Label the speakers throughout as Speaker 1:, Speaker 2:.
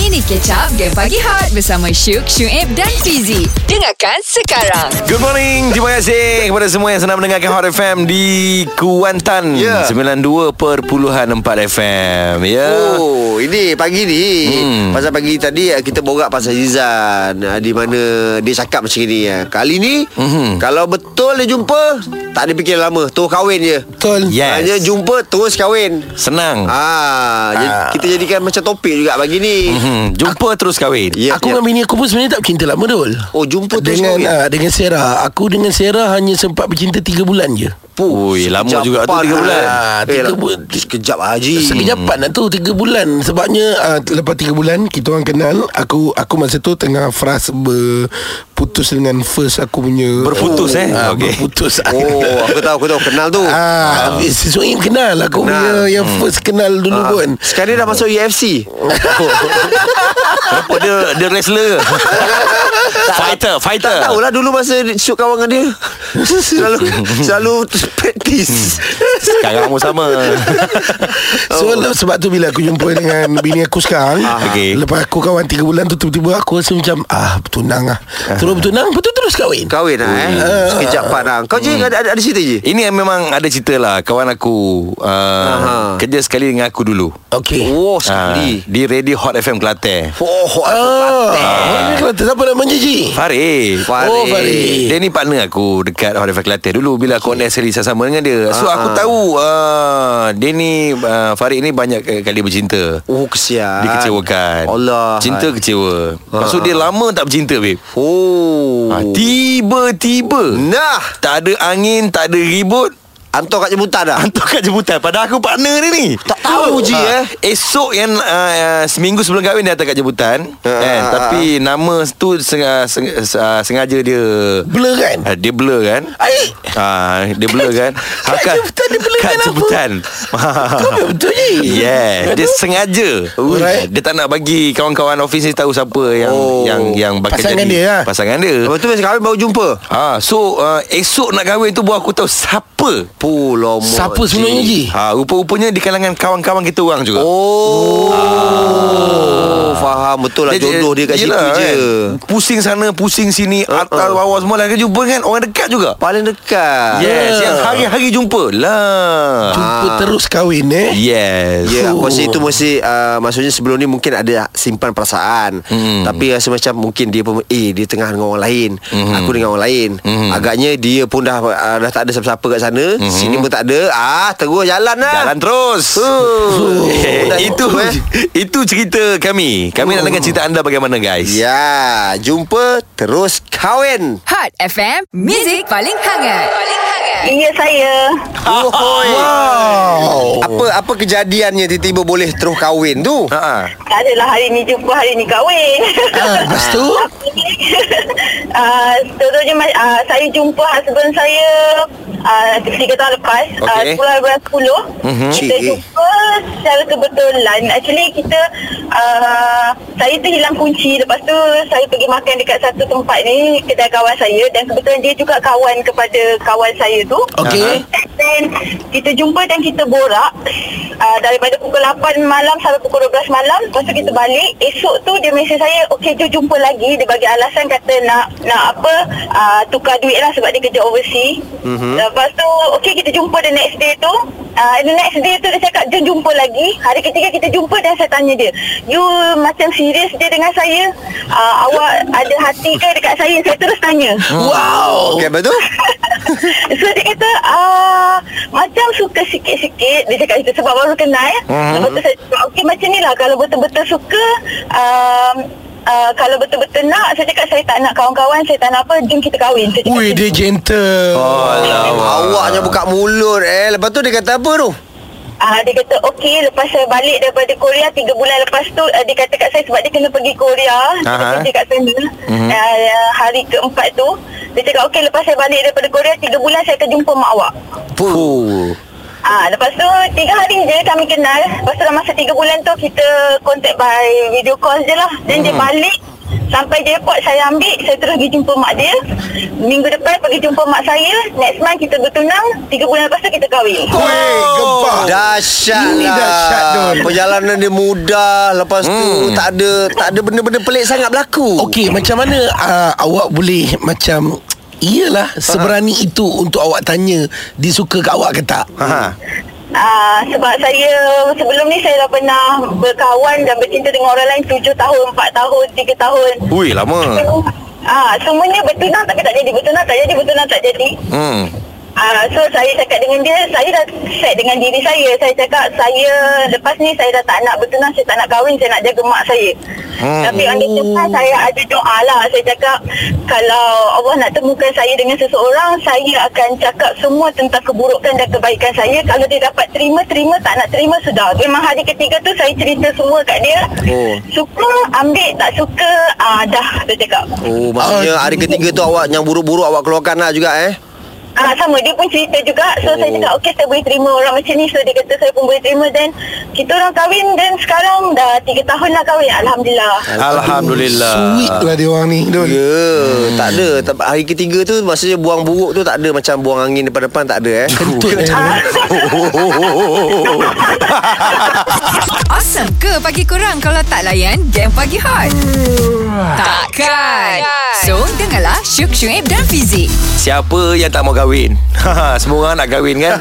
Speaker 1: Mari catch up Game Pagi Hot Bersama Syuk, Syuib dan Fizi Dengarkan sekarang
Speaker 2: Good morning Terima kasih kepada semua yang senang mendengarkan Hot FM Di Kuantan
Speaker 3: Ya.
Speaker 2: 92.4 FM Ya yeah.
Speaker 3: Oh, ini pagi ni. Hmm. Pasal pagi tadi eh, kita borak pasal Zizan eh, di mana dia cakap macam ni. eh. Kali ni
Speaker 2: Mhm.
Speaker 3: kalau betul dia jumpa, tak ada fikir lama, terus kahwin je.
Speaker 2: Betul yes.
Speaker 3: Hanya jumpa terus kahwin.
Speaker 2: Senang
Speaker 3: Ah, jadi- kita jadikan macam topik juga pagi ni.
Speaker 2: hmm. Jumpa terus kahwin
Speaker 3: Ya,
Speaker 4: Aku
Speaker 3: ya.
Speaker 4: dengan bini aku pun sebenarnya tak bercinta lama dul.
Speaker 3: Oh, jumpa terus
Speaker 4: dengan
Speaker 3: kahwin.
Speaker 4: ah, dengan Sarah. Aku dengan Sarah hanya sempat bercinta 3 bulan je. Kan?
Speaker 2: Ui, lama
Speaker 3: sekejap
Speaker 2: juga tu,
Speaker 3: pan,
Speaker 2: tiga bulan.
Speaker 3: ah. Eh,
Speaker 4: Tiga bu-
Speaker 3: Sekejap Haji.
Speaker 4: Sekejapan lah tu 3 bulan Sebabnya uh, Lepas 3 bulan Kita orang kenal Aku aku masa tu Tengah fras Berputus dengan First aku punya
Speaker 2: Berputus, eh?
Speaker 4: ah,
Speaker 2: Okey.
Speaker 4: Berputus
Speaker 3: Oh, aku tahu, aku tahu kenal tu.
Speaker 4: Ah, ah. Si Soim kenal
Speaker 3: Kenal.
Speaker 4: Aku kenal. punya Yang hmm. first kenal dulu
Speaker 3: Ah,
Speaker 4: ah. pun
Speaker 3: Sekarang dia dah masuk E UFC.
Speaker 2: Kenapa dia, dia wrestler Fighter Fighter
Speaker 3: Tak lah. tahulah dulu masa shoot kawan dengan dia Selalu Selalu practice
Speaker 2: Sekarang pun sama
Speaker 4: So oh. sebab tu bila aku jumpa dengan bini aku sekarang
Speaker 2: Ah. Okey.
Speaker 4: Lepas aku kawan 3 bulan tu Tiba-tiba aku rasa macam Ah bertunang lah Terus bertunang Lepas tu terus kahwin
Speaker 3: Kahwin lah eh Sekejap part lah Kau je ada, ada, ada cerita je
Speaker 2: Ini yang memang ada cerita lah Kawan aku uh,
Speaker 3: Aha.
Speaker 2: Kerja sekali dengan aku dulu
Speaker 4: Okay
Speaker 3: Oh
Speaker 2: Ah,
Speaker 3: sekali
Speaker 2: Di Radio Hot FM Kelantan
Speaker 3: Oh
Speaker 4: Oh, ah. Kelantan siapa namanya Ji?
Speaker 2: Farid
Speaker 3: Farid.
Speaker 4: Oh, Farid.
Speaker 2: Dia ni partner aku Dekat Hot FM Kelantan Dulu bila aku on air seri Sama dengan dia So
Speaker 3: Ah.
Speaker 2: aku tahu uh, Dia ni uh, Farid ni banyak eh, kali bercinta
Speaker 3: Oh kesian
Speaker 2: Dikecewakan
Speaker 3: Allah Ah.
Speaker 2: Cinta kecewa Lepas tu dia lama tak bercinta babe
Speaker 3: Oh
Speaker 2: ha, Tiba-tiba
Speaker 3: Nah
Speaker 2: Tak ada angin Tak ada ribut
Speaker 3: Hantar kat jemputan dah
Speaker 2: Hantar kat jemputan Padahal aku partner dia ni
Speaker 3: Tak tahu je, eh.
Speaker 2: Ah. Esok yang uh, uh, Seminggu sebelum kahwin Dia hantar kat jemputan
Speaker 3: Ha,
Speaker 2: kan?
Speaker 3: ha,
Speaker 2: Tapi nama tu sengaja, sengaja, sengaja dia
Speaker 4: Blur kan?
Speaker 2: Ah, Dia blur kan
Speaker 4: Ai,
Speaker 2: Ah, dia blur kan
Speaker 4: kat jemputan dia blur kan apa?
Speaker 2: apa
Speaker 4: kau memang betul Ji.
Speaker 2: Yeah Dia sengaja
Speaker 4: Alright.
Speaker 2: Dia tak nak bagi Kawan-kawan office ni Tahu siapa yang
Speaker 3: Oh.
Speaker 2: Yang yang bakal
Speaker 4: Pasangan
Speaker 2: jadi
Speaker 4: dia lah.
Speaker 2: Pasangan dia
Speaker 3: Lepas tu masa kahwin baru jumpa
Speaker 2: Ah, So uh, Esok nak kahwin tu Baru aku tahu Siapa
Speaker 3: Pulau Mok
Speaker 4: Siapa sebenarnya Ji?
Speaker 2: ha, Rupa-rupanya Di kalangan kawan-kawan kita orang juga
Speaker 3: Oh Faham betul lah Jodoh dia kat situ
Speaker 2: Ah. yelah,
Speaker 3: je
Speaker 2: kan? Pusing sana Pusing sini
Speaker 4: Uh-uh.
Speaker 2: Atas bawah semua lah Kan jumpa kan Orang dekat juga
Speaker 3: Paling dekat
Speaker 2: Yes
Speaker 4: Yeah.
Speaker 2: Yang hari-hari jumpa Lah
Speaker 4: Ya. Jumpa
Speaker 3: Ah.
Speaker 4: terus kahwin eh
Speaker 2: Yes
Speaker 3: Ya, yeah, aku
Speaker 4: Oh.
Speaker 3: rasa itu mesti uh, maksudnya sebelum ni mungkin ada simpan perasaan.
Speaker 2: Hmm.
Speaker 3: Tapi rasa macam mungkin dia pun eh dia tengah dengan orang lain,
Speaker 2: Mhm.
Speaker 3: aku dengan orang lain.
Speaker 2: Mhm.
Speaker 3: Agaknya dia pun dah uh, dah tak ada siapa-siapa kat sana, sini pun tak ada. Ah, terus jalan lah.
Speaker 2: Hmm. Jalan terus
Speaker 3: Oh.
Speaker 2: Eh,
Speaker 3: Dah
Speaker 2: Itu
Speaker 3: jumpa, eh.
Speaker 2: Itu cerita kami Kami nak dengar cerita anda bagaimana guys
Speaker 3: Ya, jumpa terus kahwin.
Speaker 1: Hot FM Music paling hangat Paling hangat
Speaker 5: Ya saya
Speaker 3: Wow. Apa apa kejadiannya tiba-tiba boleh terus kahwin tu?
Speaker 2: Ha-ha.
Speaker 5: Tak adalah hari ni jumpa Hari ni kahwin
Speaker 3: Ya.
Speaker 4: ah, Lepas tu
Speaker 5: uh, Seterusnya uh, Saya jumpa husband saya uh, Tiga tahun lepas uh,
Speaker 2: Okey.
Speaker 5: 10 bulan 10
Speaker 2: Mhm.
Speaker 5: Kita
Speaker 3: Cik.
Speaker 5: jumpa Secara kebetulan Actually kita uh, Saya tu hilang kunci Lepas tu Saya pergi makan dekat satu tempat ni Kedai kawan saya Dan kebetulan dia juga kawan Kepada kawan saya tu
Speaker 4: Okey.
Speaker 5: Dan kita jumpa dan kita borak uh, Daripada pukul 8 malam sampai pukul 12 malam Lepas tu kita balik Esok tu dia mesej saya Okey tu jumpa lagi Dia bagi alasan kata nak nak apa uh, Tukar duit lah sebab dia kerja overseas mm-hmm. Lepas tu okey kita jumpa the next day tu uh, The next day tu dia cakap jom jumpa lagi Hari ketiga kita jumpa dan saya tanya dia You macam serius dia dengan saya uh, Awak ada hati ke dekat saya Saya terus tanya
Speaker 4: Wow
Speaker 3: Okey, betul?
Speaker 5: So dia kata ah, Macam suka sikit-sikit Dia cakap itu sebab baru kenal ya.
Speaker 4: Mhm.
Speaker 5: hmm. Lepas tu saya cakap Okey macam ni lah Kalau betul-betul suka um, uh, Kalau betul-betul nak Saya cakap saya tak nak kawan-kawan Saya tak nak apa Jom kita kahwin Saya cakap,
Speaker 4: Ui dia gentle
Speaker 3: Oh. Awaknya buka mulut eh. Lepas tu dia kata apa tu?
Speaker 5: Ah dia kata okey lepas saya balik daripada Korea tiga bulan lepas tu uh, dia kata kat saya sebab dia kena pergi Korea dia
Speaker 2: Aha.
Speaker 5: kerja kat sana mm-hmm. uh, hari keempat tu dia cakap okey lepas saya balik daripada Korea tiga bulan saya akan jumpa mak awak
Speaker 2: Puh.
Speaker 5: Ah, lepas tu tiga hari je kami kenal. Lepas tu dalam masa tiga bulan tu kita contact by video call je lah. Dan dia balik Sampai di airport saya ambil Saya terus pergi jumpa mak dia Minggu depan pergi jumpa mak saya Next month kita bertunang Tiga bulan lepas tu kita kahwin
Speaker 4: Weh, gempa.
Speaker 3: Dahsyat
Speaker 4: Ini
Speaker 3: lah
Speaker 4: dahsyat, Dul.
Speaker 3: Perjalanan dia mudah Ah, Lepas tu Tak ada Tak ada benda-benda pelik sangat berlaku
Speaker 4: Hmm. Okey, macam mana uh, awak boleh macam Iyalah seberani itu untuk awak tanya dia suka ke awak ke tak?
Speaker 3: Ha.
Speaker 5: Ah, sebab saya sebelum ni saya dah pernah berkawan dan bercinta dengan orang lain 7 tahun, 4 tahun, 3 tahun.
Speaker 2: Ui lama
Speaker 5: Ah, semuanya bertunang tapi tak jadi, bertunang tak jadi, bertunang tak jadi.
Speaker 2: Hmm
Speaker 5: Ah, so saya cakap dengan dia, saya dah set dengan diri saya. Saya cakap saya lepas ni saya dah tak nak bertunang, saya tak nak kahwin, saya nak jaga mak saya. Hmm. Tapi on the same time, saya ada doa lah. Saya cakap kalau Allah nak temukan saya dengan seseorang, saya akan cakap semua tentang keburukan dan kebaikan saya. Kalau dia dapat terima, terima. Tak nak terima, sudah. Memang hari ketiga tu saya cerita semua kat dia.
Speaker 3: Oh.
Speaker 5: Suka, ambil. Tak suka, ah, dah. Dia cakap.
Speaker 2: Hmm.
Speaker 3: Oh maksudnya hari ketiga tu awak Yang buruk-buruk awak keluarkan lah juga eh
Speaker 5: Ah sama dia pun cerita juga so oh. saya cakap okey saya boleh terima orang macam ni so dia kata saya pun boleh terima then kita orang kahwin dan sekarang dah 3 tahun lah kahwin alhamdulillah
Speaker 2: Alhamdulillah
Speaker 4: Sweet lah dia orang ni.
Speaker 3: Ya
Speaker 4: Dul.
Speaker 3: yeah, hmm. Tak ada Tak- Hari ketiga tu Maksudnya buang buruk tu Tak ada macam buang angin depan-depan Tak ada eh
Speaker 4: Kentut eh.
Speaker 1: Awesome ke pagi korang kalau tak layan game pagi hot? Takkan. So, dengarlah Syuk Syuib dan Fizik.
Speaker 2: Siapa yang tak mau kahwin Semua orang nak kahwin kan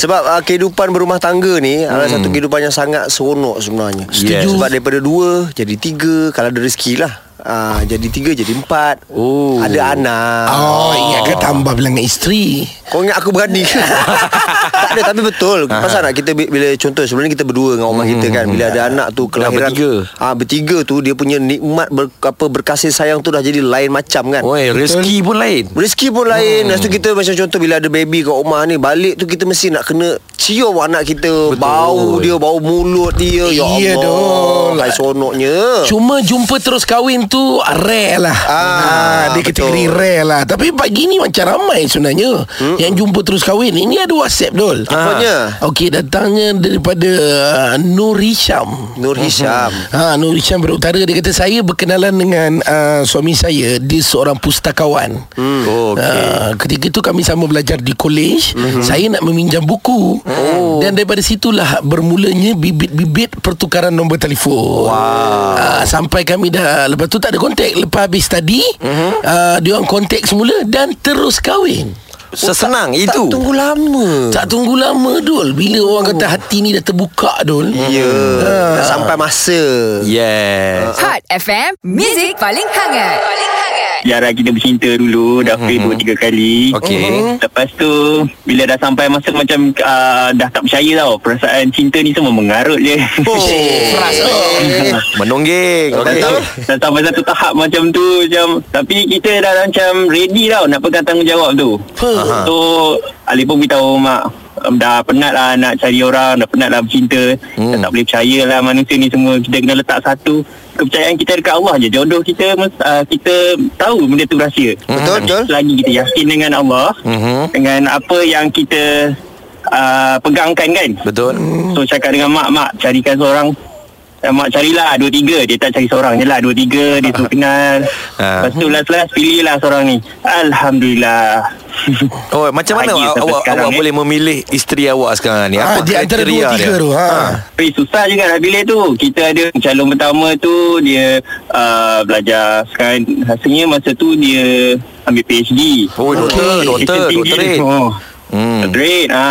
Speaker 3: Sebab uh, kehidupan berumah tangga ni Adalah satu kehidupan yang sangat seronok sebenarnya
Speaker 2: Setuju.
Speaker 3: Sebab daripada dua Jadi tiga Kalau ada rezeki lah uh, Jadi tiga jadi empat
Speaker 2: Oh.
Speaker 3: Ada anak
Speaker 4: Oh, ingatkan tambah bilang dengan isteri.
Speaker 3: Kau ingat aku berani ke? tak ada tapi betul. Pasal nak kita bi- bila contoh sebelum ni kita berdua dengan orang kita kan. Bila ada anak tu kelahiran
Speaker 2: bertiga.
Speaker 3: Ah bertiga tu dia punya nikmat ber, apa berkasih sayang tu dah jadi lain macam kan.
Speaker 2: Oi, rezeki pun lain
Speaker 3: Rezeki pun
Speaker 2: Hmm.
Speaker 3: lain Lepas tu kita macam contoh Bila ada baby kat rumah ni Balik tu kita mesti nak kena Cium anak kita Betul. Bau dia Bau mulut dia Ya
Speaker 4: Iya,
Speaker 3: Allah
Speaker 4: Dol.
Speaker 3: Kan seronoknya
Speaker 4: Cuma jumpa terus kahwin tu rare lah.
Speaker 3: Ah,
Speaker 4: dia
Speaker 3: betul.
Speaker 4: kategori rare lah. Tapi pagi ni macam ramai sebenarnya hmm. yang jumpa terus kahwin. Ini ada WhatsApp dol.
Speaker 3: Apanya?
Speaker 4: Okey, datangnya daripada uh, Nur Hisham.
Speaker 3: Nur Hisham
Speaker 2: Hmm.
Speaker 4: Ha, Nur Hisham berutara Dia kata saya berkenalan dengan uh, suami saya Dia seorang pustakawan hmm.
Speaker 3: Oh,
Speaker 4: uh, Ketika itu kami sama belajar di kolej Saya nak meminjam buku oh. Dan daripada situlah bermulanya bibit-bibit pertukaran nombor telefon wow. uh, Sampai kami dah Lepas tu tak ada kontak Lepas habis tadi mm-hmm. uh, Dia orang kontak semula Dan terus kahwin
Speaker 2: Sesenang itu
Speaker 3: Tak tunggu lama
Speaker 4: tak tunggu lama Dul Bila orang kata hati ni dah terbuka Dul
Speaker 3: Ya Dah sampai masa
Speaker 2: Hmm. Ah. Yes
Speaker 1: Hot FM, Music paling hangat. Paling hangat.
Speaker 6: Jarang kita bercinta dulu Dah fail dua tiga kali
Speaker 2: Okey. Mhm.
Speaker 6: Lepas tu Bila dah sampai masa macam uh, Dah tak percaya tau Perasaan cinta ni semua mengarut je
Speaker 3: Oh,
Speaker 2: Oh.
Speaker 6: Eh.
Speaker 2: Menongging
Speaker 6: Dah
Speaker 2: Okey
Speaker 6: sam- Dah sampai satu tahap macam tu macam Tapi kita dah macam ready tau Nak pegang tanggungjawab tu So Ali pun beritahu mak um, Dah penat lah nak cari orang Dah penat lah bercinta hmm. Dah tak boleh percaya lah manusia ni semua Kita kena letak satu Kepercayaan kita dekat Allah je Jodoh kita uh, Kita tahu benda tu rahsia
Speaker 3: Betul, betul. Mhm.
Speaker 6: Selagi kita yakin dengan Allah Dengan apa yang kita uh, Pegangkan kan
Speaker 2: Betul
Speaker 6: So cakap dengan mak Mak carikan seorang Eh, Mak carilah Dua tiga Dia tak cari seorang je lah Dua tiga Dia suruh kenal
Speaker 2: Ah.
Speaker 6: Lepas tu last-last Pilihlah seorang ni Alhamdulillah
Speaker 2: Oh, macam mana awak,
Speaker 6: Bahagia sampai
Speaker 2: awak,
Speaker 6: sekarang,
Speaker 2: awak
Speaker 6: eh?
Speaker 2: boleh memilih isteri awak sekarang ni?
Speaker 4: ha,
Speaker 2: Apa
Speaker 4: Di antara
Speaker 2: kriteria
Speaker 4: dua tiga
Speaker 2: dia? Ah.
Speaker 4: tu ha.
Speaker 6: Tapi Eh, susah juga nak pilih tu Kita ada calon pertama tu Dia uh, belajar sekarang Rasanya masa tu dia Ambil PhD
Speaker 2: Oh, doktor,
Speaker 4: Okey.
Speaker 2: doktor,
Speaker 6: Kita tinggi
Speaker 2: doktorin.
Speaker 6: oh.
Speaker 2: Hmm.
Speaker 6: Doktorin ha.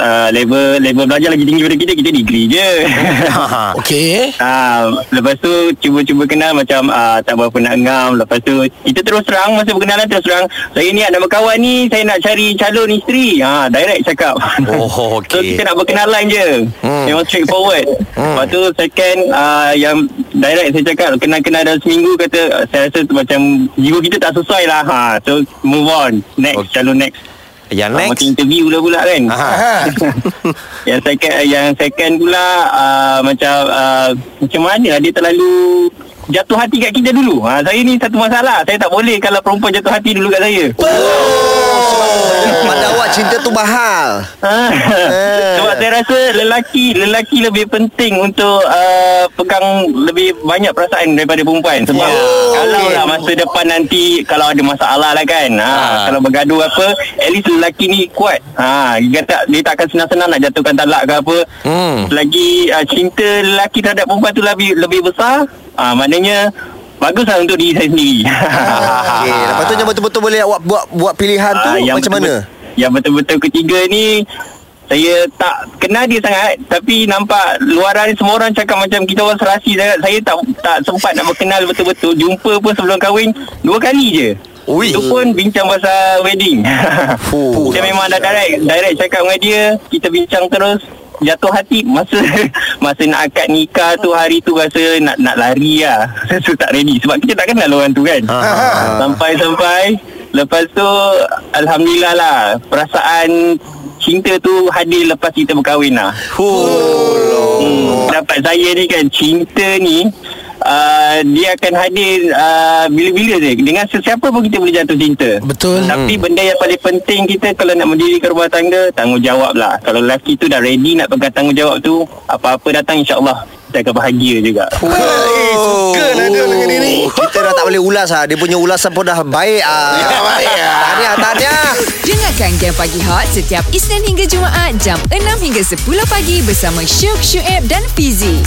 Speaker 6: Uh, level level belajar lagi tinggi daripada kita Kita degree je
Speaker 2: Ha.
Speaker 4: Okey
Speaker 6: Ah, lepas tu cuba-cuba kenal macam ah, tak berapa nak ngam. Lepas tu kita terus terang masa berkenalan terus terang. Saya ni nak berkawan ni, saya nak cari calon isteri. Ha, direct cakap.
Speaker 2: Oh,
Speaker 6: So
Speaker 2: okey.
Speaker 6: kita nak berkenalan je.
Speaker 2: Hmm.
Speaker 6: Hmm. Memang straightforward. Hmm. Lepas tu second ah, yang direct saya cakap kenal-kenal dalam seminggu kata ah, saya rasa tu macam jiwa kita tak sesuai lah. Ha, so move on. Next
Speaker 2: Okey.
Speaker 6: okay. calon next.
Speaker 2: Yang
Speaker 6: Ah,
Speaker 2: next.
Speaker 6: macam interview lah pula kan.
Speaker 2: Aha.
Speaker 6: yang second yang second pula uh, macam uh, macam mana lah dia terlalu jatuh hati kat kita dulu. Ha, saya ni satu masalah. Saya tak boleh kalau perempuan jatuh hati dulu kat saya.
Speaker 3: Pada awak cinta tu mahal.
Speaker 6: Ah, Sebab saya rasa lelaki lelaki lebih penting untuk uh, pegang lebih banyak perasaan daripada perempuan sebab
Speaker 2: Ya.
Speaker 6: yeah. kalau lah masa depan nanti kalau ada masalah lah kan ha,
Speaker 2: Ah.
Speaker 6: kalau bergaduh apa at least lelaki ni kuat ha, dia, tak, dia tak akan senang-senang nak jatuhkan talak ke apa
Speaker 2: Hmm.
Speaker 6: lagi uh, cinta lelaki terhadap perempuan tu lebih lebih besar ha, maknanya baguslah untuk diri saya sendiri Ha,
Speaker 2: Ah.
Speaker 3: Okey, lepas tu yang betul-betul boleh awak buat buat pilihan tu
Speaker 6: Ah,
Speaker 3: macam mana?
Speaker 6: betul-betul- Yang betul-betul ketiga ni saya tak kenal dia sangat tapi nampak luaran ni semua orang cakap macam kita orang serasi sangat. Saya tak tak sempat nak berkenal betul-betul. Jumpa pun sebelum kahwin dua kali je.
Speaker 2: Ui.
Speaker 6: Itu pun bincang pasal wedding.
Speaker 3: Fuh.
Speaker 6: Dia memang dah direct direct cakap dengan dia, kita bincang terus jatuh hati masa masa nak akad nikah tu hari tu rasa nak nak lari lah saya so, tak ready sebab kita tak kenal orang tu kan
Speaker 3: Ha,
Speaker 6: sampai-sampai lepas tu alhamdulillah lah perasaan cinta tu hadir lepas kita berkahwin lah Hmm, pendapat saya ni kan cinta ni uh, dia akan hadir uh, bila-bila je dengan sesiapa pun kita boleh jatuh cinta.
Speaker 4: Betul.
Speaker 6: Tapi benda yang paling penting kita kalau nak mendirikan rumah tangga tanggungjawab lah. Kalau lelaki tu dah ready nak pegang tanggungjawab tu apa-apa datang insya-Allah kita akan bahagia juga.
Speaker 3: Eh, suka lah dia dengan dia ni. Kita dah tak boleh ulas ah. Dia punya ulasan pun dah baik ah. Ya, baik ah. Tahniah, tahniah.
Speaker 1: Dengarkan Game Pagi Hot setiap Isnin hingga Jumaat jam 6 hingga 10 pagi bersama Syuk, Syuib dan Fizi.